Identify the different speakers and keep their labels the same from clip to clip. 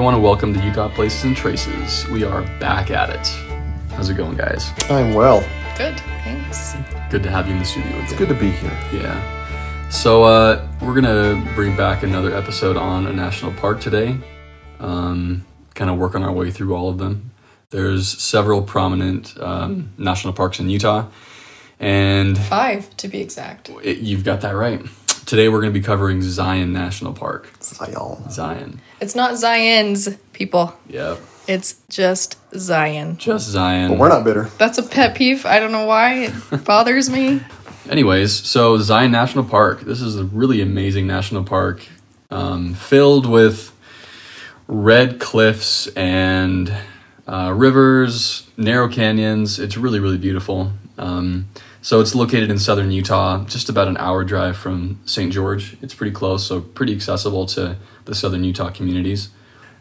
Speaker 1: want to welcome the Utah Places and Traces. We are back at it. How's it going, guys?
Speaker 2: I'm well.
Speaker 3: Good, thanks.
Speaker 1: Good to have you in the studio again.
Speaker 2: It's good to be here.
Speaker 1: Yeah. So uh, we're gonna bring back another episode on a national park today. Um, kind of working our way through all of them. There's several prominent um, national parks in Utah, and
Speaker 3: Five, to be exact.
Speaker 1: it, you've got that right. Today we're gonna be covering Zion National Park.
Speaker 2: Zion.
Speaker 1: Zion.
Speaker 3: It's not Zion's, people.
Speaker 1: Yep.
Speaker 3: It's just Zion.
Speaker 1: Just Zion.
Speaker 2: But we're not bitter.
Speaker 3: That's a pet peeve. I don't know why. It bothers me.
Speaker 1: Anyways, so Zion National Park. This is a really amazing national park um, filled with red cliffs and uh, rivers, narrow canyons. It's really, really beautiful. Um, so it's located in southern Utah, just about an hour drive from St. George. It's pretty close, so pretty accessible to the southern Utah communities.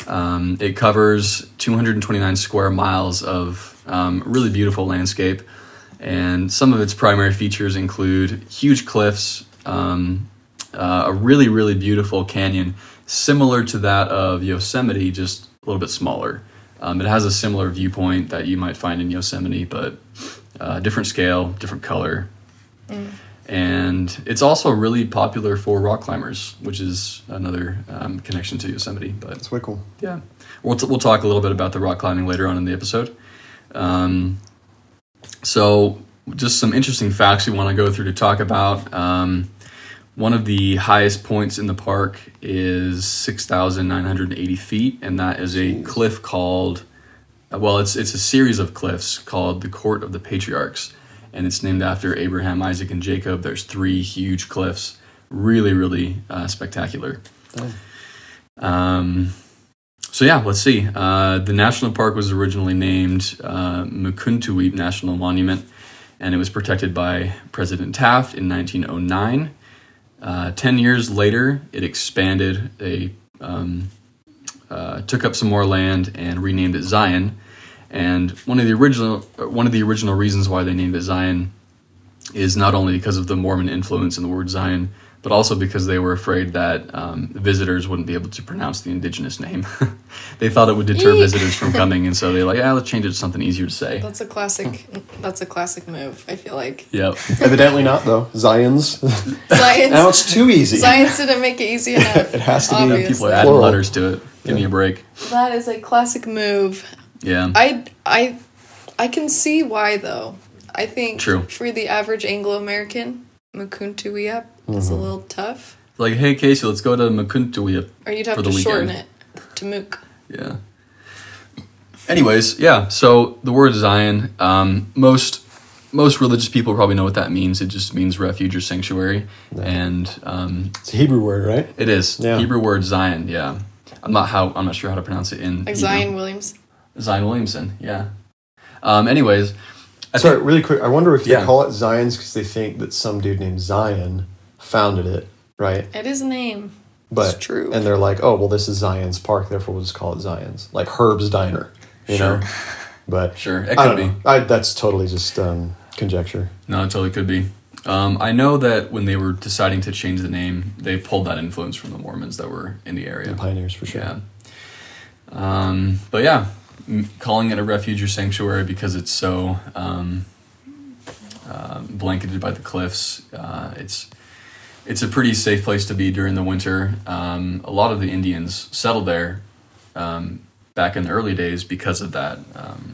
Speaker 1: Um, it covers 229 square miles of um, really beautiful landscape, and some of its primary features include huge cliffs, um, uh, a really, really beautiful canyon, similar to that of Yosemite, just a little bit smaller. Um, it has a similar viewpoint that you might find in Yosemite, but uh, different scale, different color. And it's also really popular for rock climbers, which is another um, connection to Yosemite. But
Speaker 2: It's way cool.
Speaker 1: yeah. We'll, t- we'll talk a little bit about the rock climbing later on in the episode. Um, so, just some interesting facts we want to go through to talk about. Um, one of the highest points in the park is 6,980 feet, and that is a cliff called, uh, well, it's, it's a series of cliffs called the Court of the Patriarchs, and it's named after Abraham, Isaac, and Jacob. There's three huge cliffs. Really, really uh, spectacular. Um, so yeah, let's see. Uh, the national park was originally named uh, Mukuntuweap National Monument, and it was protected by President Taft in 1909. Uh, Ten years later, it expanded. They um, uh, took up some more land and renamed it Zion. And one of the original uh, one of the original reasons why they named it Zion is not only because of the Mormon influence in the word Zion, but also because they were afraid that um, visitors wouldn't be able to pronounce the indigenous name. they thought it would deter
Speaker 3: Eek.
Speaker 1: visitors from coming, and so they're like, "Ah, let's change it to something easier to say."
Speaker 3: That's a classic. That's a classic move. I feel like
Speaker 1: Yep.
Speaker 2: Evidently not though. Zion's. now
Speaker 3: Zion's,
Speaker 2: it's too easy.
Speaker 3: Zion's didn't make it easy enough.
Speaker 2: It has to be
Speaker 3: obviously.
Speaker 1: People are adding
Speaker 2: Plural.
Speaker 1: letters to it. Give me a break.
Speaker 3: That is a classic move.
Speaker 1: Yeah.
Speaker 3: I I I can see why though. I think
Speaker 1: True.
Speaker 3: for the average Anglo American, Mukuntuwiap is a little tough.
Speaker 1: like, hey, Casey, let's go to Mukuntuweap.
Speaker 3: Or you'd have
Speaker 1: For
Speaker 3: to
Speaker 1: the
Speaker 3: shorten
Speaker 1: weekend.
Speaker 3: it to Mook.
Speaker 1: Yeah. Anyways, yeah. So the word Zion, um, most most religious people probably know what that means. It just means refuge or sanctuary, and um,
Speaker 2: It's a Hebrew word, right?
Speaker 1: it is
Speaker 2: Yeah.
Speaker 1: Hebrew word Zion. Yeah, I'm not how I'm not sure how to pronounce it in
Speaker 3: Like
Speaker 1: Hebrew.
Speaker 3: Zion Williams.
Speaker 1: Zion Williamson. Yeah. Um, anyways, I
Speaker 2: Sorry, really quick. I wonder if
Speaker 1: Yeah.
Speaker 2: they call it Zion's because they think that some dude named Zion founded it, right?
Speaker 3: It is a name.
Speaker 2: But
Speaker 3: It's true.
Speaker 2: And they're like, oh well, this is Zion's Park, therefore we'll just call it Zion's, like Herb's Diner, you
Speaker 1: Sure.
Speaker 2: know? But
Speaker 1: Sure, it
Speaker 2: I
Speaker 1: could
Speaker 2: don't know. I, that's totally just um, conjecture.
Speaker 1: No, it totally could be. Um, I know that when they were deciding to change the name, they pulled that influence from the Mormons that were in the area.
Speaker 2: Pioneers for sure.
Speaker 1: Yeah. Um, but yeah, m- calling it a refuge or sanctuary because it's so um, uh, blanketed by the cliffs. Uh, it's it's a pretty safe place to be during the winter. Um, a lot of the Indians settled there um, back in the early days because of that. Um,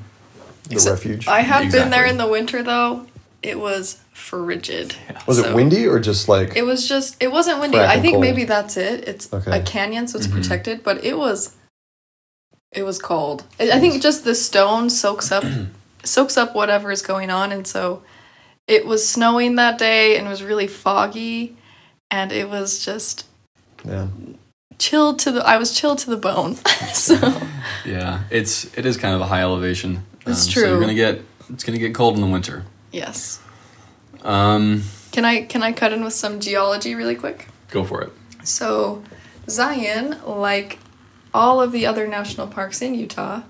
Speaker 2: The
Speaker 3: Except-
Speaker 2: refuge.
Speaker 3: I have been there
Speaker 1: Exactly.
Speaker 3: in the winter though. It was frigid.
Speaker 2: Was it
Speaker 3: So-
Speaker 2: windy or just like
Speaker 3: It was just it wasn't windy.
Speaker 2: Frack
Speaker 3: I
Speaker 2: and
Speaker 3: think
Speaker 2: cold.
Speaker 3: maybe that's it. It's
Speaker 2: Okay. Mm-hmm.
Speaker 3: a canyon, so it's
Speaker 1: Mhm.
Speaker 3: protected, but it was it was cold. I I think just the stone soaks up soaks up whatever is going on and so it was snowing that day and was really foggy and it was just
Speaker 2: yeah?
Speaker 3: chilled to the I was chilled to the bone. so
Speaker 1: yeah, it's it is kind of a high elevation. Um,
Speaker 3: It's
Speaker 1: So you're
Speaker 3: true.
Speaker 1: gonna get it's gonna get cold in the winter.
Speaker 3: yes.
Speaker 1: Um,
Speaker 3: Can I can I cut in with some geology really quick?
Speaker 1: go for it.
Speaker 3: So, Zion, like all of the other national parks in Utah,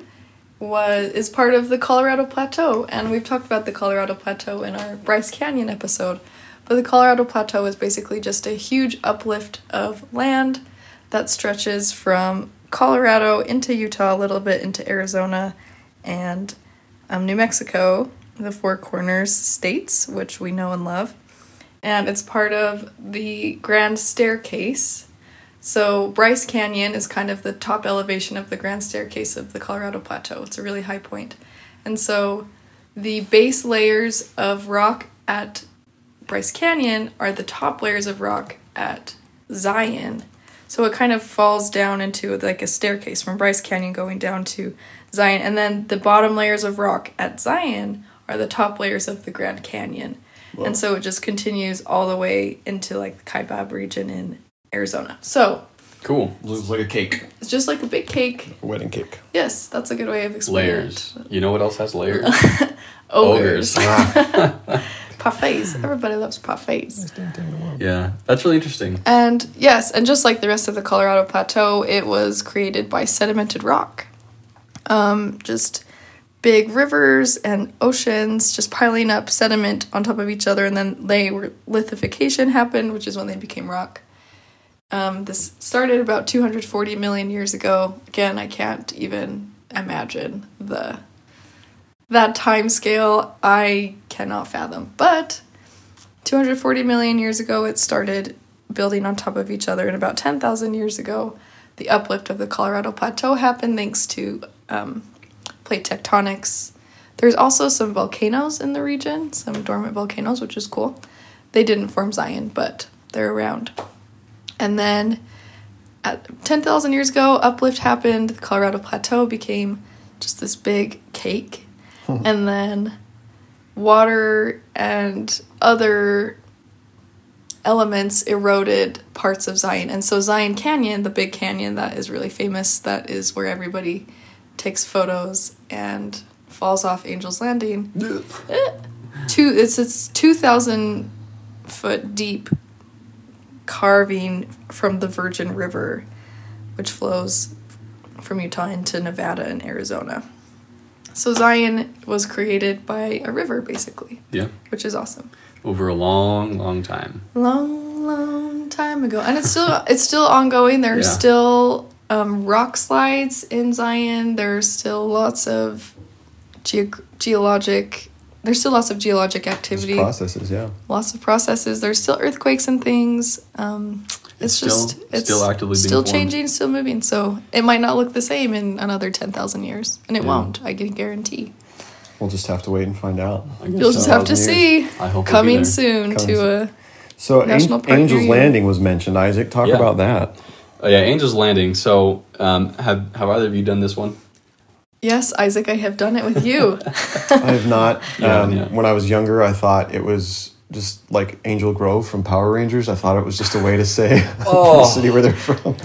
Speaker 3: was is part of the Colorado Plateau, and we've talked about the Colorado Plateau in our Bryce Canyon episode. But the Colorado Plateau is basically just a huge uplift of land that stretches from Colorado into Utah, a little bit into Arizona, and um, New Mexico, the Four Corners states, which we know and love. And it's part of the Grand Staircase. So Bryce Canyon is kind of the top elevation of the Grand Staircase of the Colorado Plateau. It's a really high point. And so the base layers of rock at Bryce Canyon are the top layers of rock at Zion. So it kind of falls down into like a staircase from Bryce Canyon going down to Zion. And then the bottom layers of rock at Zion are the top layers of the Grand Canyon. And so it just continues all the way into like the Kaibab region in Arizona. So
Speaker 1: Cool.
Speaker 2: Looks like a cake.
Speaker 3: it's just like a big cake.
Speaker 2: A wedding cake.
Speaker 3: Yes, that's a good way of explaining
Speaker 1: Layers.
Speaker 3: it.
Speaker 1: You know what else has layers?
Speaker 3: Ogres.
Speaker 2: Ah.
Speaker 3: Parfaits. Everybody loves parfaits.
Speaker 1: yeah, that's really interesting.
Speaker 3: And yes, and just like the rest of the Colorado Plateau, it was created by sedimented rock. Um, just big rivers and oceans just piling up sediment on top of each other, and then they were lithification happened, which is when they became rock. Um, this started about 240 million years ago. Again, I can't even imagine the that time scale. I cannot fathom, but 240 million years ago, it started building on top of each other, and about 10,000 years ago, the uplift of the Colorado Plateau happened thanks to um, plate tectonics. There's also some volcanoes in the region, some dormant volcanoes, which is cool. They didn't form Zion, but they're around. And then at 10,000 years ago, uplift happened. The Colorado Plateau became just this big cake. and then water and other elements eroded parts of Zion. And so Zion Canyon, the big canyon that is really famous, that is where everybody takes photos and falls off Angel's Landing. Eh. Two it's it's 2000 foot deep carving from the Virgin River which flows from Utah into Nevada and Arizona. So Zion was created by a river basically,
Speaker 1: Yeah.
Speaker 3: which is awesome
Speaker 1: Over a long, long time.
Speaker 3: long long time ago and it's still it's still ongoing there are
Speaker 1: Yeah.
Speaker 3: still um, rock slides in zion there's still lots of geog geologic there's still lots of geologic activity
Speaker 2: Processes, yeah.
Speaker 3: lots of processes there's still earthquakes and things um,
Speaker 1: It's
Speaker 3: it's,
Speaker 1: still-
Speaker 3: just it's
Speaker 1: still actively being
Speaker 3: still
Speaker 1: formed.
Speaker 3: changing still moving so it might not look the same in another 10000 years and it won't i can guarantee
Speaker 2: We'll just have to wait and find out.
Speaker 1: I guess
Speaker 3: you'll just have to
Speaker 2: 1,000
Speaker 3: see
Speaker 2: years.
Speaker 1: I hope we'll be
Speaker 3: coming
Speaker 1: there.
Speaker 3: soon
Speaker 2: Coming
Speaker 3: to
Speaker 2: soon.
Speaker 3: a
Speaker 2: So
Speaker 3: National
Speaker 2: An-
Speaker 3: Park
Speaker 2: Angel's
Speaker 3: near you.
Speaker 2: Landing was mentioned, Isaac. Talk
Speaker 1: Yeah.
Speaker 2: about that.
Speaker 1: Oh, yeah, Angel's Landing. So, um, have have either of you done this one?
Speaker 3: yes isaac i have done it with you
Speaker 2: I have not.
Speaker 1: Yeah,
Speaker 2: um,
Speaker 1: yeah.
Speaker 2: When I was younger, I thought it was just like Angel Grove from Power Rangers. I thought it was just a way to say
Speaker 1: Oh.
Speaker 2: the city where they're from.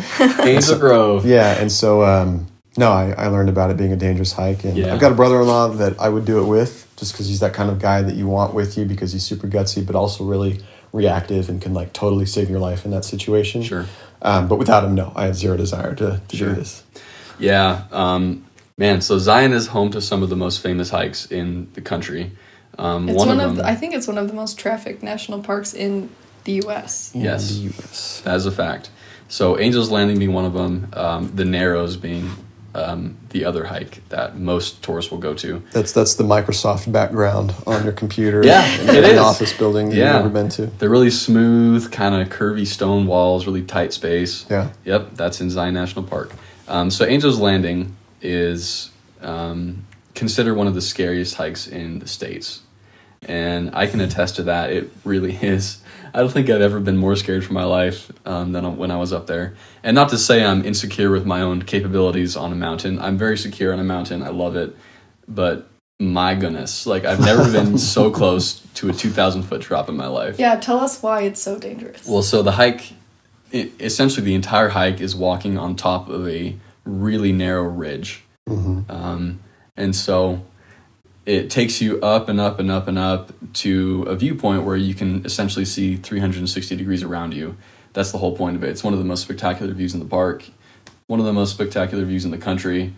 Speaker 1: Angel Grove.
Speaker 2: Yeah, and so um, no, I, I learned about it being a dangerous hike, and
Speaker 1: Yeah.
Speaker 2: I've got a brother-in-law that I would do it with, just because he's that kind of guy that you want with you because he's super gutsy, but also really reactive and can like totally save your life in that situation.
Speaker 1: Sure.
Speaker 2: Um, but without him, no, I had zero desire to, to
Speaker 1: Sure.
Speaker 2: do this.
Speaker 1: Yeah, um, man. So Zion is home to some of the most famous hikes in the country. Um,
Speaker 3: It's
Speaker 1: one,
Speaker 3: one,
Speaker 1: of,
Speaker 3: of,
Speaker 1: them,
Speaker 3: the, I think it's one of the most trafficked national parks in the U.S.
Speaker 2: in
Speaker 1: Yes.
Speaker 2: the US.
Speaker 1: that is a fact. So Angel's Landing being one of them. Um, the Narrows being um, the other hike that most tourists will go to.
Speaker 2: That's that's the Microsoft background on your computer.
Speaker 1: Yeah,
Speaker 2: in,
Speaker 1: it
Speaker 2: an
Speaker 1: is.
Speaker 2: office building that
Speaker 1: Yeah.
Speaker 2: you've never been to.
Speaker 1: They're really smooth, kind of curvy stone walls, really tight space.
Speaker 2: Yeah.
Speaker 1: Yep, that's in Zion National Park. Um, so Angel's Landing is um, considered one of the scariest hikes in the states, and I can attest to that. It really is. I don't think I've ever been more scared for my life um, than when I was up there. And not to say I'm insecure with my own capabilities on a mountain. I'm very secure on a mountain. I love it, but my goodness, like I've never been so close to a two thousand foot drop in my life.
Speaker 3: Yeah, tell us why it's so dangerous.
Speaker 1: Well, so the hike, i essentially the entire hike is walking on top of a really narrow ridge. Um, and so it takes you up and up and up and up to a viewpoint where you can essentially see 360 degrees around you. That's the whole point of it. It's one of the most spectacular views in the park, one of the most spectacular views in the country,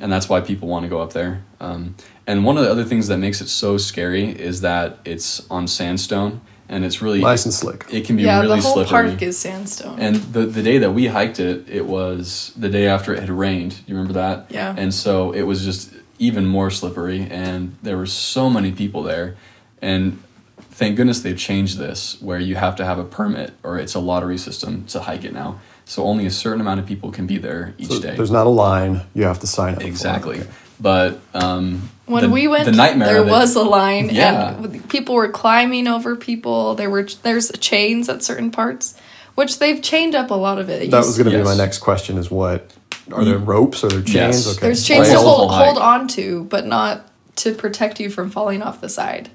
Speaker 1: and that's why people want to go up there. Um, and one of the other things that makes it so scary is that it's on sandstone and it's really
Speaker 2: Nice and slick.
Speaker 1: it can be
Speaker 3: yeah,
Speaker 1: really
Speaker 3: the whole
Speaker 1: slippery.
Speaker 3: park is sandstone.
Speaker 1: and the the day that we hiked it, it was the day after it had rained. You remember that?
Speaker 3: Yeah.
Speaker 1: And so it was just even more slippery, and there were so many people there, and thank goodness they've changed this where you have to have a permit or it's a lottery system to hike it now. So only a certain amount of people can be there each
Speaker 2: So
Speaker 1: day.
Speaker 2: There's not a line. You have to sign up. for it.
Speaker 1: Exactly.
Speaker 2: Okay.
Speaker 1: But um,
Speaker 3: when
Speaker 1: the-
Speaker 3: we went,
Speaker 1: the nightmare
Speaker 3: there
Speaker 1: of it-
Speaker 3: was a line,
Speaker 1: Yeah.
Speaker 3: and people were climbing over people. There were there's chains at certain parts, which they've chained up a lot of it. It
Speaker 2: That
Speaker 3: used-
Speaker 2: was going to be my
Speaker 1: Yes.
Speaker 2: next question: Is what are there ropes? Are there chains?
Speaker 1: Yes.
Speaker 2: Okay.
Speaker 3: there's chains
Speaker 1: Like
Speaker 3: to
Speaker 1: a whole
Speaker 3: hold, hold
Speaker 1: hike.
Speaker 3: on to, but not to protect you from falling off the side.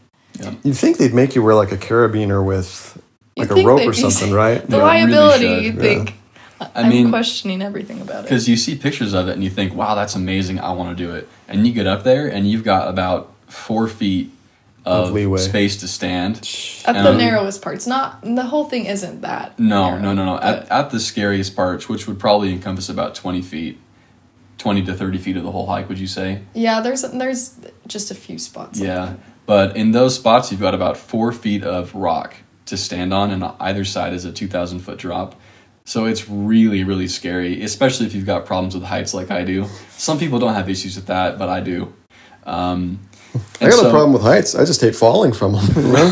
Speaker 2: You'd think they'd make you wear like a carabiner with
Speaker 3: You'd
Speaker 2: like a
Speaker 3: think
Speaker 2: rope
Speaker 3: they'd
Speaker 2: or
Speaker 3: be-
Speaker 2: something, right?
Speaker 3: The
Speaker 1: Yeah, it really
Speaker 3: liability,
Speaker 1: should,
Speaker 3: you
Speaker 1: yeah.
Speaker 3: think.
Speaker 1: I
Speaker 3: I'm
Speaker 1: mean,
Speaker 3: questioning everything about it.
Speaker 1: because you see pictures of it and you think, wow, that's amazing. I want to do it. And you get up there and you've got about four feet of,
Speaker 2: Of leeway.
Speaker 1: space to stand.
Speaker 3: At the
Speaker 1: um,
Speaker 3: narrowest parts, not the whole thing isn't that.
Speaker 1: No,
Speaker 3: narrow,
Speaker 1: no, no, no.
Speaker 3: but-
Speaker 1: At, at the scariest parts, which would probably encompass about 20 feet, 20 to 30 feet of the whole hike, would you say?
Speaker 3: yeah, there's there's just a few spots. like
Speaker 1: Yeah. But in those spots, you've got about four feet of rock to stand on, and on either side is a 2,000 foot drop. So it's really, really scary, especially if you've got problems with heights like I do. Some people don't have issues with that, but I do. Um,
Speaker 2: I
Speaker 1: and
Speaker 2: got a
Speaker 1: so-
Speaker 2: problem with heights. I just hate falling from them. you know?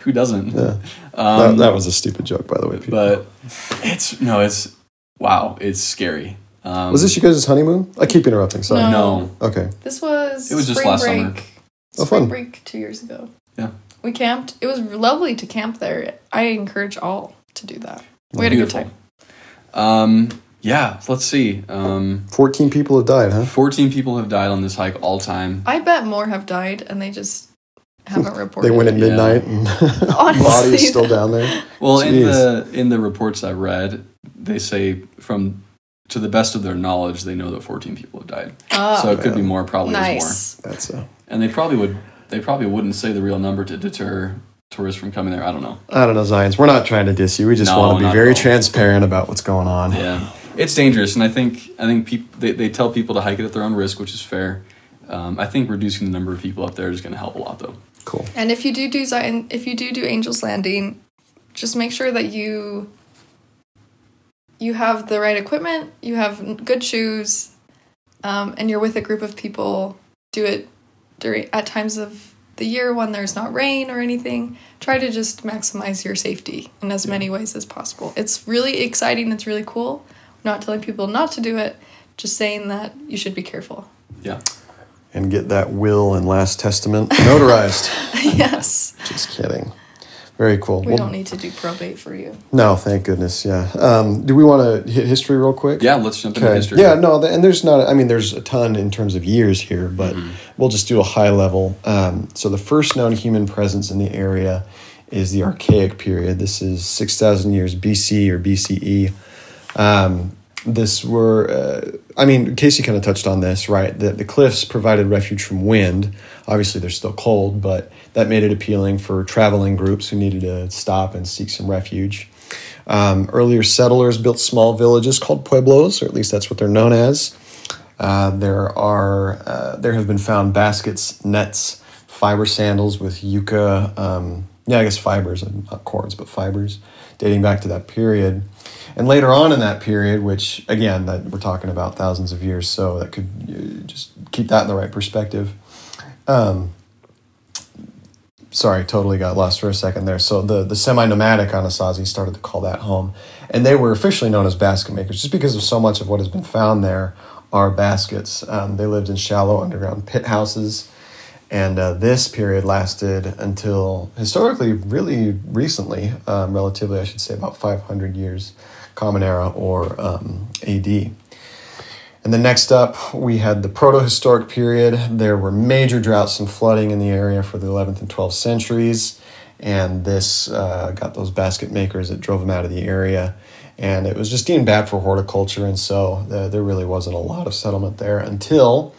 Speaker 1: Who doesn't?
Speaker 2: that, that was a stupid joke, by the way. People.
Speaker 1: Um, But it's no, it's wow, it's scary. Um,
Speaker 2: was this you guys' honeymoon? I keep interrupting. Sorry.
Speaker 3: No.
Speaker 1: no?
Speaker 2: Okay.
Speaker 3: This was
Speaker 1: It was just
Speaker 3: spring
Speaker 1: last
Speaker 3: break.
Speaker 1: summer.
Speaker 2: Oh,
Speaker 3: spring
Speaker 2: fun.
Speaker 3: break two years ago.
Speaker 1: Yeah.
Speaker 3: We camped. It was lovely to camp there. I encourage all to do that. We had
Speaker 1: Beautiful.
Speaker 3: a good time.
Speaker 1: Um, yeah, let's see. Um,
Speaker 2: Fourteen people have died, huh?
Speaker 1: Fourteen people have died on this hike all time.
Speaker 3: I bet more have died and they just haven't reported.
Speaker 2: They went at
Speaker 1: Yeah.
Speaker 2: midnight, and the body
Speaker 3: Honestly,
Speaker 2: is still
Speaker 3: that-
Speaker 2: down there.
Speaker 1: Well, in
Speaker 2: Jeez.
Speaker 1: the in the reports I read, they say from to the best of their knowledge, they know that fourteen people have died.
Speaker 3: Ah,
Speaker 1: so it could be more, probably is more.
Speaker 3: nice.
Speaker 2: That's. Uh,
Speaker 1: And they probably would they probably wouldn't say the real number to deter tourists from coming there. I don't know.
Speaker 2: I don't know, Zions. We're not trying to diss you. We just
Speaker 1: No,
Speaker 2: want
Speaker 1: not
Speaker 2: to be
Speaker 1: at
Speaker 2: very
Speaker 1: all.
Speaker 2: transparent about what's going on.
Speaker 1: Yeah, it's dangerous, and I think I think peop- they they tell people to hike it at their own risk, which is fair. Um, I think reducing the number of people up there is going to help a lot, though.
Speaker 2: Cool.
Speaker 3: And if you do do Zion, if you do do Angel's Landing, just make sure that you you have the right equipment, you have good shoes, um, and you're with a group of people. Do it during at times of the year when there's not rain or anything. Try to just maximize your safety in as many ways as possible. It's really exciting. It's really cool. I'm not telling people not to do it. Just saying that you should be careful.
Speaker 1: Yeah,
Speaker 2: And get that will and last testament notarized.
Speaker 3: yes,
Speaker 2: just kidding. Very cool.
Speaker 3: we
Speaker 2: Well,
Speaker 3: don't need to do probate for you.
Speaker 2: No, thank goodness. Yeah. Um, do we want to hit history real quick?
Speaker 1: yeah. Let's jump into
Speaker 2: Okay.
Speaker 1: history.
Speaker 2: Yeah, no, th- and there's not, I mean, there's a ton in terms of years here, but we'll just do a high level. Um, so, the first known human presence in the area is the Archaic period. This is 6,000 years BC or BCE. Um, this were, uh, I mean, Casey kind of touched on this, right? That the cliffs provided refuge from wind. Obviously, they're still cold, but that made it appealing for traveling groups who needed to stop and seek some refuge. Um, earlier settlers built small villages called pueblos, or at least that's what they're known as. Uh, there are uh, there have been found baskets, nets, fiber sandals with yucca. Um, yeah, I guess fibers, not cords, but fibers, dating back to that period. And later on in that period, which again, that we're talking about thousands of years, so that could uh, just keep that in the right perspective sorry, totally got lost for a second there. So the, the semi-nomadic Anasazi started to call that home. And they were officially known as basket makers just because of so much of what has been found there are baskets. Um, they lived in shallow underground pit houses. And uh, this period lasted until historically, really recently, um, relatively, I should say, about 500 years, Common Era or um, AD. And then next up, we had the protohistoric period. There were major droughts and flooding in the area for the 11th and 12th centuries. And this uh, got those basket makers, it drove them out of the area. And it was just deemed bad for horticulture. And so uh, there really wasn't a lot of settlement there until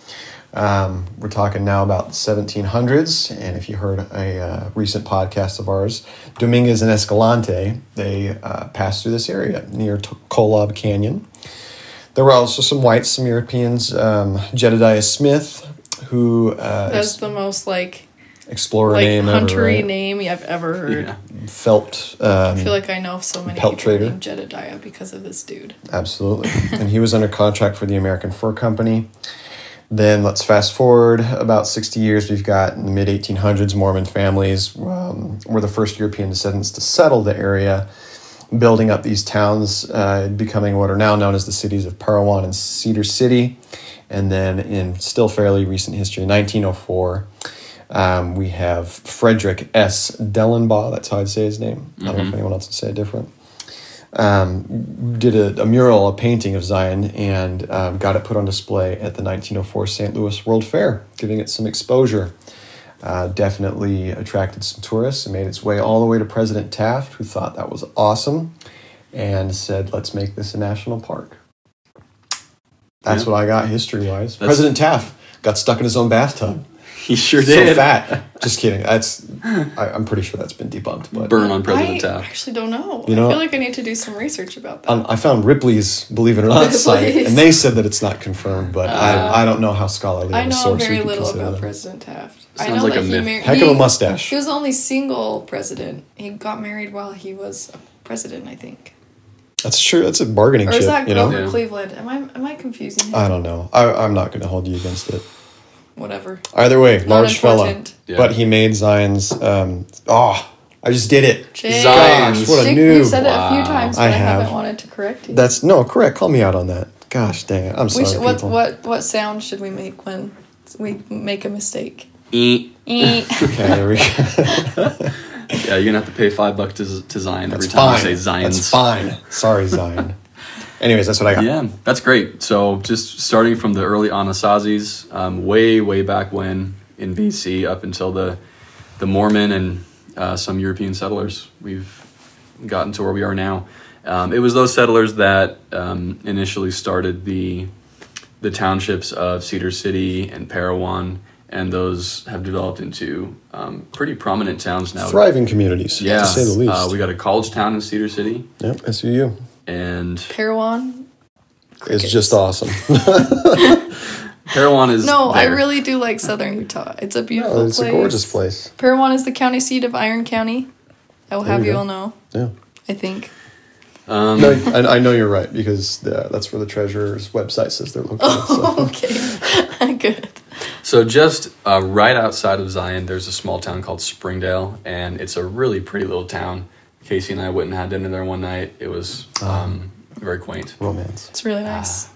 Speaker 2: um, we're talking now about the 1700s, and if you heard a uh, recent podcast of ours, Dominguez and Escalante, they uh, passed through this area near T- Kolob Canyon. There were also some whites, some Europeans, um, Jedediah Smith, who uh,
Speaker 3: That's the most like
Speaker 2: explorer
Speaker 3: like
Speaker 2: name ever,
Speaker 3: huntery
Speaker 2: right?
Speaker 3: name I've ever heard.
Speaker 1: Yeah.
Speaker 2: Felt. Um,
Speaker 3: I feel like I know of so many
Speaker 2: Pelt
Speaker 3: people
Speaker 2: trader.
Speaker 3: named Jedediah because of this dude.
Speaker 2: Absolutely. and he was under contract for the American Fur Company. Then let's fast forward about 60 years. We've got in the mid 1800s, Mormon families um, were the first European descendants to settle the area, building up these towns, uh, becoming what are now known as the cities of Parowan and Cedar City. And then in still fairly recent history, 1904, um, we have Frederick S. Dellenbaugh. That's how I'd say his name. I don't
Speaker 1: Mm-hmm.
Speaker 2: know if anyone else would say it different Um, did a, a mural, a painting of Zion, and um, got it put on display at the 1904 St. Louis World Fair, giving it some exposure. Uh, definitely attracted some tourists and made its way all the way to President Taft, who thought that was awesome and said, let's make this a national park. That's
Speaker 1: Yeah.
Speaker 2: what I got history wise.
Speaker 1: That's-
Speaker 2: President Taft got stuck in his own bathtub.
Speaker 1: He sure
Speaker 2: So
Speaker 1: did.
Speaker 2: fat. Just kidding. That's I, I'm pretty sure that's been debunked. But
Speaker 1: Burn on President
Speaker 3: I
Speaker 1: Taft.
Speaker 3: actually don't know.
Speaker 2: You know-
Speaker 3: I feel like I need to do some research about that.
Speaker 2: um, I found Ripley's Believe It or Not site,
Speaker 3: Ripley's. Uh,
Speaker 2: and they said that it's not confirmed, but I, I don't know how scholarly
Speaker 3: I
Speaker 2: of a
Speaker 3: know
Speaker 2: source we
Speaker 3: very
Speaker 2: could
Speaker 3: little
Speaker 2: consider
Speaker 3: about
Speaker 2: that.
Speaker 3: President Taft. I
Speaker 1: Sounds
Speaker 3: know
Speaker 1: like
Speaker 3: that
Speaker 1: a
Speaker 3: he
Speaker 1: myth.
Speaker 3: married.
Speaker 2: Heck of a mustache.
Speaker 3: He was the only single president. He got married while he was a president, I think.
Speaker 2: That's true. That's a bargaining
Speaker 3: Or
Speaker 2: chip,
Speaker 3: is that
Speaker 2: you know. Uh,
Speaker 3: Grover
Speaker 1: Yeah.
Speaker 3: Cleveland? Am I am I confusing him?
Speaker 2: I don't know. I, I'm not going to hold you against it.
Speaker 3: Whatever.
Speaker 2: Either way, large fella,
Speaker 3: important.
Speaker 1: Yeah.
Speaker 2: but he made Zion's. Um, oh, I just did it.
Speaker 3: Jay.
Speaker 1: Zion.
Speaker 2: What a
Speaker 3: Dick,
Speaker 2: noob.
Speaker 3: You've said it a few
Speaker 1: Wow.
Speaker 3: times, but
Speaker 2: I
Speaker 3: I,
Speaker 2: have.
Speaker 3: haven't wanted to correct you.
Speaker 2: That's no correct. Call me out on that. Gosh dang it! I'm
Speaker 3: we
Speaker 2: sorry.
Speaker 3: should, what
Speaker 2: people.
Speaker 3: what what sound should we make when we make a mistake?
Speaker 1: Eek.
Speaker 3: Eh.
Speaker 2: Okay, there we go.
Speaker 1: Yeah, you're gonna have to pay five bucks to, to Zion every
Speaker 2: That's
Speaker 1: time
Speaker 2: fine.
Speaker 1: you say Zion's.
Speaker 2: That's fine. Sorry, Zion. Anyways, that's what I got.
Speaker 1: Yeah, that's great. So just starting from the early Anasazis, um, way way back when in BC, up until the the Mormon and uh, some European settlers, we've gotten to where we are now. Um, it was those settlers that um, initially started the the townships of Cedar City and Parowan, and those have developed into um, pretty prominent towns now.
Speaker 2: Thriving communities,
Speaker 1: Yeah,
Speaker 2: to say the least.
Speaker 1: Uh, we got a college town in Cedar City,
Speaker 2: yep, SUU.
Speaker 1: and
Speaker 3: Parowan?
Speaker 2: It's just awesome.
Speaker 1: Parowan is
Speaker 3: No, I
Speaker 1: there.
Speaker 3: really do like Southern Utah. It's a beautiful
Speaker 2: Oh, it's
Speaker 3: place.
Speaker 2: a gorgeous place.
Speaker 3: Parowan is the county seat of Iron County. I will
Speaker 2: There
Speaker 3: have
Speaker 2: you
Speaker 3: you
Speaker 2: go.
Speaker 3: all know.
Speaker 2: Yeah.
Speaker 3: I think.
Speaker 1: Um,
Speaker 2: No, I, I know you're right because uh, that's where the treasurer's website says they're located. so.
Speaker 3: okay. Good.
Speaker 1: So just uh, right outside of Zion, there's a small town called Springdale, and it's a really pretty little town. Casey and I went and had dinner there one night. It was
Speaker 2: Ah.
Speaker 1: um, very quaint.
Speaker 2: Romance.
Speaker 3: It's really
Speaker 1: Ah.
Speaker 3: nice.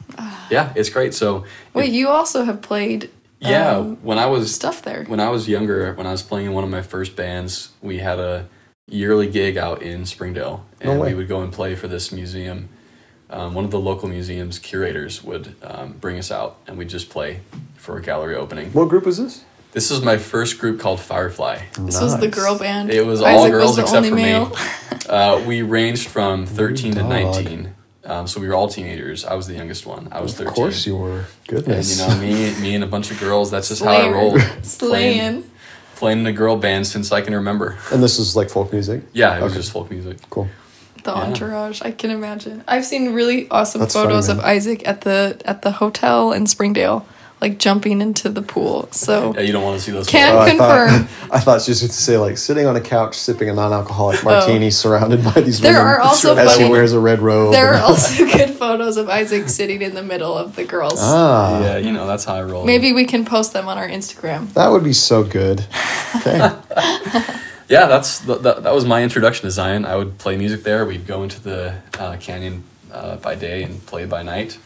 Speaker 1: Yeah, it's great. So
Speaker 3: Wait, you also have played
Speaker 1: yeah,
Speaker 3: um,
Speaker 1: when I was
Speaker 3: stuff there.
Speaker 1: when I was younger, when I was playing in one of my first bands, we had a yearly gig out in Springdale,
Speaker 2: No
Speaker 1: and
Speaker 2: way.
Speaker 1: we would go and play for this museum. Um, one of the local museum's curators would um, bring us out, and we'd just play for a gallery opening.
Speaker 2: What group was this?
Speaker 1: This is my first group called Firefly.
Speaker 3: This was the girl band.
Speaker 1: It was all
Speaker 3: Isaac
Speaker 1: girls
Speaker 3: the
Speaker 1: except
Speaker 3: only
Speaker 1: for
Speaker 3: male.
Speaker 1: me. Uh, we ranged from 13 to
Speaker 2: dog.
Speaker 1: 19. Um, so we were all teenagers. I was the youngest one. I was 13.
Speaker 2: Of course you were.
Speaker 1: And,
Speaker 2: Goodness.
Speaker 1: you know, me, me and a bunch of girls, that's just how I
Speaker 3: Slayer.
Speaker 1: rolled. Playing,
Speaker 3: Slaying.
Speaker 1: playing in a girl band since I can remember.
Speaker 2: and this is like folk music.
Speaker 1: Yeah, it was
Speaker 2: Okay.
Speaker 1: just folk music.
Speaker 2: Cool.
Speaker 3: The entourage. I can imagine. I've seen really awesome
Speaker 2: That's funny,
Speaker 3: photos of
Speaker 2: man.
Speaker 3: Isaac at the at the hotel in Springdale, like jumping into the pool. So
Speaker 1: Yeah, you don't want to see those.
Speaker 3: Can-
Speaker 1: photos.
Speaker 2: Uh, I thought,
Speaker 3: Confirm.
Speaker 2: I thought she was going to say like sitting on a couch sipping a non-alcoholic martini, surrounded by these
Speaker 3: Oh. There
Speaker 2: women
Speaker 3: are also
Speaker 2: as she
Speaker 3: funny-
Speaker 2: wears a red robe.
Speaker 3: there
Speaker 2: and-
Speaker 3: are also good photos of Isaac sitting in the middle of the girls.
Speaker 2: ah,
Speaker 1: Yeah, you know, that's how I roll.
Speaker 3: Maybe we can post them on our Instagram.
Speaker 2: that would be so good. Okay.
Speaker 1: Yeah, that's the, the, that was my introduction to Zion. I would play music there. We'd go into the uh, canyon uh, by day and play by night.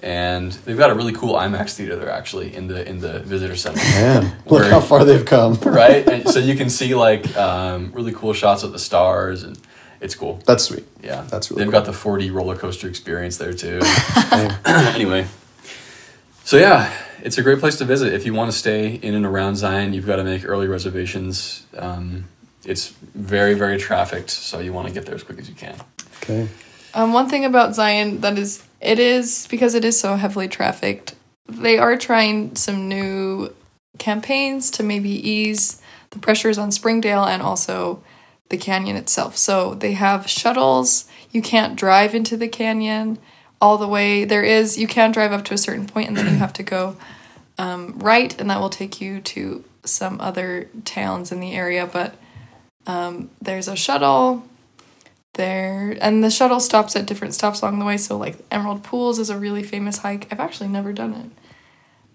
Speaker 1: And they've got a really cool IMAX theater there actually in the in the visitor center.
Speaker 2: Man, look how far they've come.
Speaker 1: right? And so you can see like um, really cool shots of the stars, and it's cool.
Speaker 2: That's sweet.
Speaker 1: Yeah,
Speaker 2: That's really
Speaker 1: They've
Speaker 2: cool.
Speaker 1: got the 4D roller coaster experience there too.
Speaker 2: Hey.
Speaker 1: anyway, so yeah, it's a great place to visit if you want to stay in and around Zion. You've got to make early reservations. Um, it's very very trafficked, so you want to get there as quick as you can.
Speaker 2: Okay.
Speaker 3: Um, one thing about Zion that is, it is because it is so heavily trafficked. They are trying some new campaigns to maybe ease the pressures on Springdale and also the canyon itself. So they have shuttles. You can't drive into the canyon all the way. There is you can drive up to a certain point and then you have to go um, right, and that will take you to some other towns in the area, but um, there's a shuttle there, and the shuttle stops at different stops along the way. So, like Emerald Pools is a really famous hike. I've actually never done it.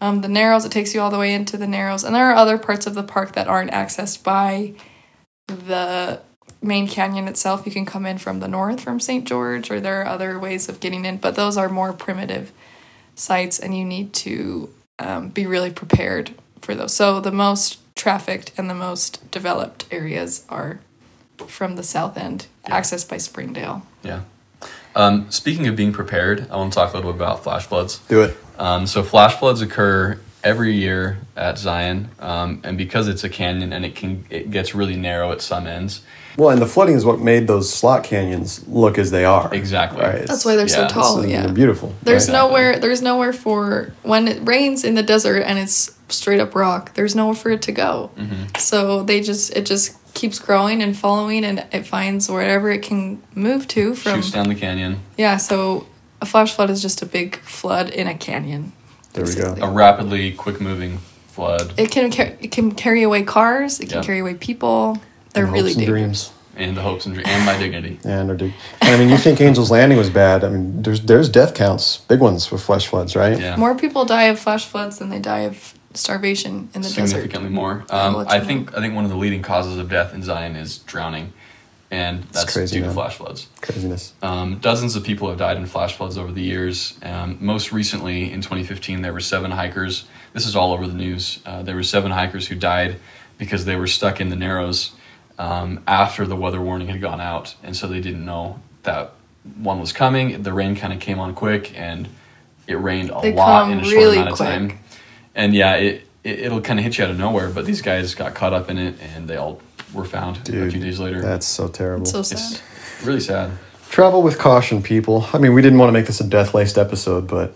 Speaker 3: Um, the Narrows, it takes you all the way into the Narrows, and there are other parts of the park that aren't accessed by the main canyon itself. You can come in from the north from St. George, or there are other ways of getting in, but those are more primitive sites, and you need to um, be really prepared for those. So the most trafficked and the most developed areas are from the south end, accessed by Springdale.
Speaker 1: Yeah. Um, speaking of being prepared, I want to talk a little bit about flash floods.
Speaker 2: Do it.
Speaker 1: Um, so flash floods occur every year at Zion, um, and because it's a canyon and it can it gets really narrow at some ends.
Speaker 2: Well, and the flooding is what made those slot canyons look as they are.
Speaker 1: Exactly.
Speaker 2: Right?
Speaker 3: That's why they're so
Speaker 1: yeah, it's
Speaker 3: tall.
Speaker 2: they're
Speaker 3: yeah.
Speaker 2: uh, beautiful.
Speaker 3: There's
Speaker 1: Right.
Speaker 3: nowhere. There's nowhere for when it rains in the desert and it's straight up rock. There's nowhere for it to go. So they just it just keeps growing and following and it finds wherever it can move to from.
Speaker 1: Shoots down the canyon.
Speaker 3: Yeah. So a flash flood is just a big flood in a canyon.
Speaker 2: There we
Speaker 3: basically.
Speaker 2: go.
Speaker 1: A rapidly quick moving flood
Speaker 3: It can car- it can carry away cars. It can
Speaker 1: Yeah.
Speaker 3: carry away people. They're
Speaker 2: And
Speaker 3: really
Speaker 2: hopes and
Speaker 3: dangerous.
Speaker 2: dreams.
Speaker 1: and the hopes and dreams and my dignity.
Speaker 2: Yeah, no dig. And I mean, you think Angel's Landing was bad? I mean, there's there's death counts, big ones with flash floods, right?
Speaker 1: Yeah.
Speaker 3: More people die of flash floods than they die of starvation in the desert.
Speaker 1: significantly more.
Speaker 3: Yeah,
Speaker 1: Um,
Speaker 3: well, it's
Speaker 1: I
Speaker 3: more.
Speaker 1: think I think one of the leading causes of death in Zion is drowning, and that's
Speaker 2: crazy,
Speaker 1: due to
Speaker 2: man.
Speaker 1: flash floods.
Speaker 2: Craziness.
Speaker 1: Um, dozens of people have died in flash floods over the years. Um, most recently, in 2015, there were seven hikers. This is all over the news. Uh, there were seven hikers who died because they were stuck in the narrows um, after the weather warning had gone out, and so they didn't know that one was coming. The rain kind of came on quick, and it rained a
Speaker 3: They
Speaker 1: lot
Speaker 3: come
Speaker 1: in a short
Speaker 3: really
Speaker 1: amount of
Speaker 3: quick.
Speaker 1: time. And yeah, it, it it'll kind of hit you out of nowhere. But these guys got caught up in it, and they all were found a
Speaker 2: Dude,
Speaker 1: few days later.
Speaker 2: That's so terrible.
Speaker 3: So sad.
Speaker 1: it's really sad.
Speaker 2: Travel with caution, people. I mean, we didn't want to make this a death laced episode, but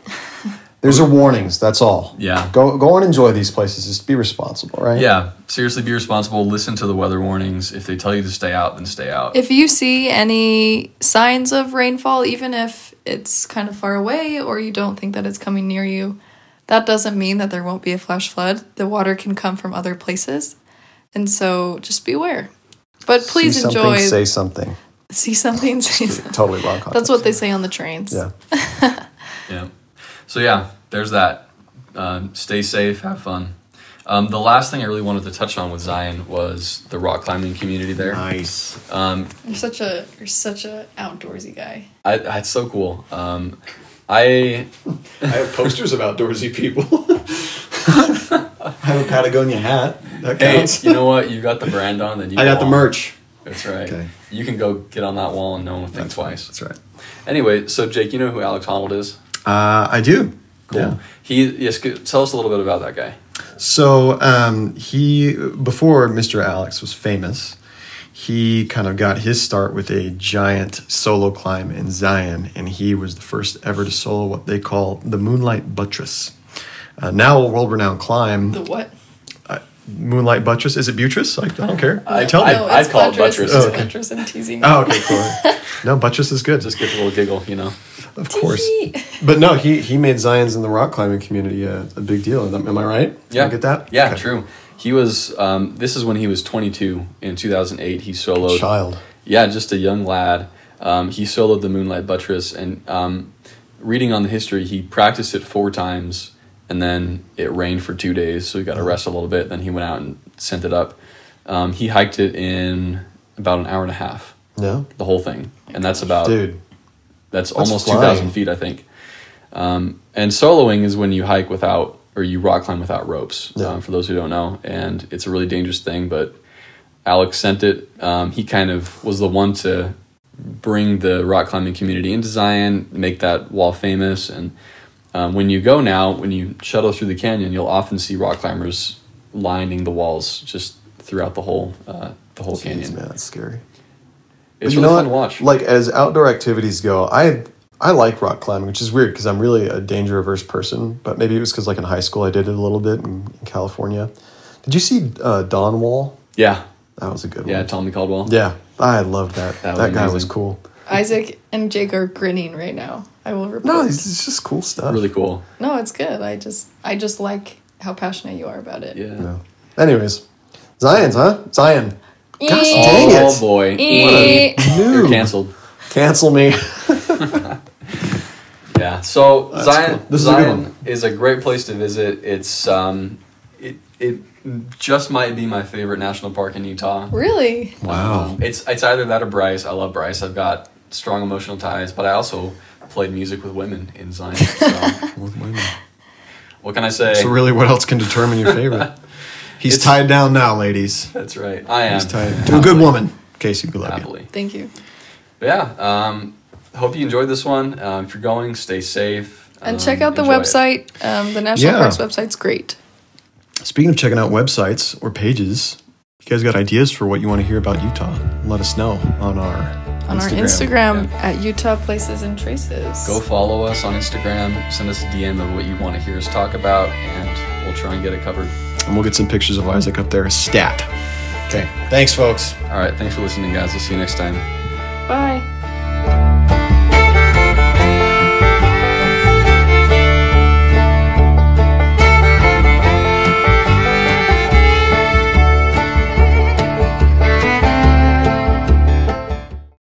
Speaker 2: there's a warnings. That's all.
Speaker 1: Yeah.
Speaker 2: Go go and enjoy these places. Just be responsible, right?
Speaker 1: Yeah, seriously, be responsible. Listen to the weather warnings. If they tell you to stay out, then stay out.
Speaker 3: If you see any signs of rainfall, even if it's kind of far away or you don't think that it's coming near you, that doesn't mean that there won't be a flash flood. The water can come from other places. And so just beware. But please
Speaker 2: See something,
Speaker 3: enjoy.
Speaker 2: Say something.
Speaker 3: See something, say something.
Speaker 2: Totally wrong.
Speaker 3: That's
Speaker 2: Context.
Speaker 3: what they say on the trains.
Speaker 2: Yeah.
Speaker 1: Yeah. So yeah, there's that. Um, stay safe. Have fun. Um, the last thing I really wanted to touch on with Zion was the rock climbing community there.
Speaker 2: Nice.
Speaker 1: Um,
Speaker 3: You're such a you're such a outdoorsy guy.
Speaker 1: I, I, it's so cool. Um, I
Speaker 2: I have posters of outdoorsy people. I have a Patagonia hat. That
Speaker 1: hey, you know what? You got the brand on, then you belong. That's right.
Speaker 2: Okay.
Speaker 1: You can go get on that wall and no one will think twice.
Speaker 2: That's right.
Speaker 1: Anyway, so Jake, you know who Alex Honnold is?
Speaker 2: Uh, I do.
Speaker 1: Cool. He yes. go- Tell us a little bit about that guy.
Speaker 2: So um, he, before Mr. Alex was famous, he kind of got his start with a giant solo climb in Zion, and he was the first ever to solo what they call the Moonlight Buttress. Uh, now a world-renowned climb,
Speaker 3: The what?
Speaker 2: Moonlight Buttress. Is it Buttress? I, I don't care.
Speaker 1: I-
Speaker 2: Tell me.
Speaker 1: I- I'd call it buttress.
Speaker 3: It's
Speaker 1: Oh,
Speaker 2: okay.
Speaker 3: buttress and teasing.
Speaker 2: oh, okay, cool. no, Buttress is good.
Speaker 1: Just get a little giggle, you know.
Speaker 2: Of course.
Speaker 3: Tee-hee.
Speaker 2: But no, he, he made Zion's and the rock climbing community a, a big deal. Am am I right? Did I
Speaker 1: Yeah.
Speaker 2: get that?
Speaker 1: Yeah,
Speaker 2: Okay.
Speaker 1: true. He was. Um, this is when he was 22 in 2008. He soloed.
Speaker 2: Child.
Speaker 1: Yeah, just a young lad. Um, he soloed the Moonlight Buttress, and um, reading on the history, he practiced it four times, and then it rained for two days, so he
Speaker 2: Oh.
Speaker 1: got to rest a little bit. Then he went out and sent it up. Um, he hiked it in about an hour and a half,
Speaker 2: No?
Speaker 1: the whole thing, and that's about
Speaker 2: Dude.
Speaker 1: That's, almost
Speaker 2: flying.
Speaker 1: 2,000 feet, I think. Um, and soloing is when you hike without or you rock climb without ropes,
Speaker 2: Yeah.
Speaker 1: um, for those who don't know. And it's a really dangerous thing, but Alex sent it. Um, he kind of was the one to bring the rock climbing community into Zion, make that wall famous. And um, when you go now, when you shuttle through the canyon, you'll often see rock climbers lining the walls just throughout the whole uh, the whole
Speaker 2: Jeez,
Speaker 1: canyon.
Speaker 2: man, that's scary.
Speaker 1: It's
Speaker 2: you
Speaker 1: really
Speaker 2: know
Speaker 1: fun to
Speaker 2: what?
Speaker 1: watch.
Speaker 2: Like as outdoor activities go, I I like rock climbing, which is weird because I'm really a danger averse person. But maybe it was because like in high school I did it a little bit in, in California. Did you see uh, Don Wall?
Speaker 1: yeah,
Speaker 2: That was a good
Speaker 1: yeah,
Speaker 2: one.
Speaker 1: Tommy Caldwell.
Speaker 2: Yeah, I loved that.
Speaker 1: That
Speaker 2: That,
Speaker 1: was
Speaker 2: guy was
Speaker 1: amazing.
Speaker 2: cool.
Speaker 3: Isaac and Jake are grinning right now. I will report.
Speaker 2: No, it's, it's just cool stuff.
Speaker 1: Really cool.
Speaker 3: No, it's good. I just I just like how passionate you are about it.
Speaker 1: Yeah.
Speaker 2: No. Anyways, Zion's, huh? Zion,
Speaker 1: Oh,
Speaker 2: Eek. dang it.
Speaker 1: boy.
Speaker 3: Eh. Eek.
Speaker 1: You're
Speaker 2: new.
Speaker 1: canceled.
Speaker 2: Cancel me.
Speaker 1: Yeah. So
Speaker 2: That's
Speaker 1: Zion,
Speaker 2: cool. This is a good
Speaker 1: Zion
Speaker 2: one.
Speaker 1: is a great place to visit. It's um, it it just might be my favorite national park in Utah. Um,
Speaker 3: Really?
Speaker 2: Wow.
Speaker 1: It's it's either that or Bryce. I love Bryce. I've got strong emotional ties, but I also played music with women in Zion. So what can I say?
Speaker 2: So really, what else can determine your favorite? He's
Speaker 1: It's-
Speaker 2: tied down now, ladies.
Speaker 1: That's right. I am.
Speaker 2: He's tied to a good woman, Casey Gillespie.
Speaker 1: Happily.
Speaker 3: Thank you.
Speaker 1: But yeah. Um, hope you enjoyed this one. Um, if you're going, stay safe.
Speaker 3: And
Speaker 1: Um,
Speaker 3: check out the
Speaker 1: enjoy it.
Speaker 3: website. Um, the National
Speaker 2: Yeah.
Speaker 3: Parks website's great.
Speaker 2: Speaking of checking out websites or pages, you guys got ideas for what you want to hear about Utah? Let us know on our
Speaker 3: On our Instagram at Utah Places and Traces.
Speaker 1: Go follow us on Instagram. Send us a DM of what you want to hear us talk about, and we'll try and get it covered.
Speaker 2: and we'll get some pictures of Isaac up there. Stat. Okay. Thanks, folks.
Speaker 1: All right. Thanks for listening, guys. We'll see you next time.
Speaker 3: Bye.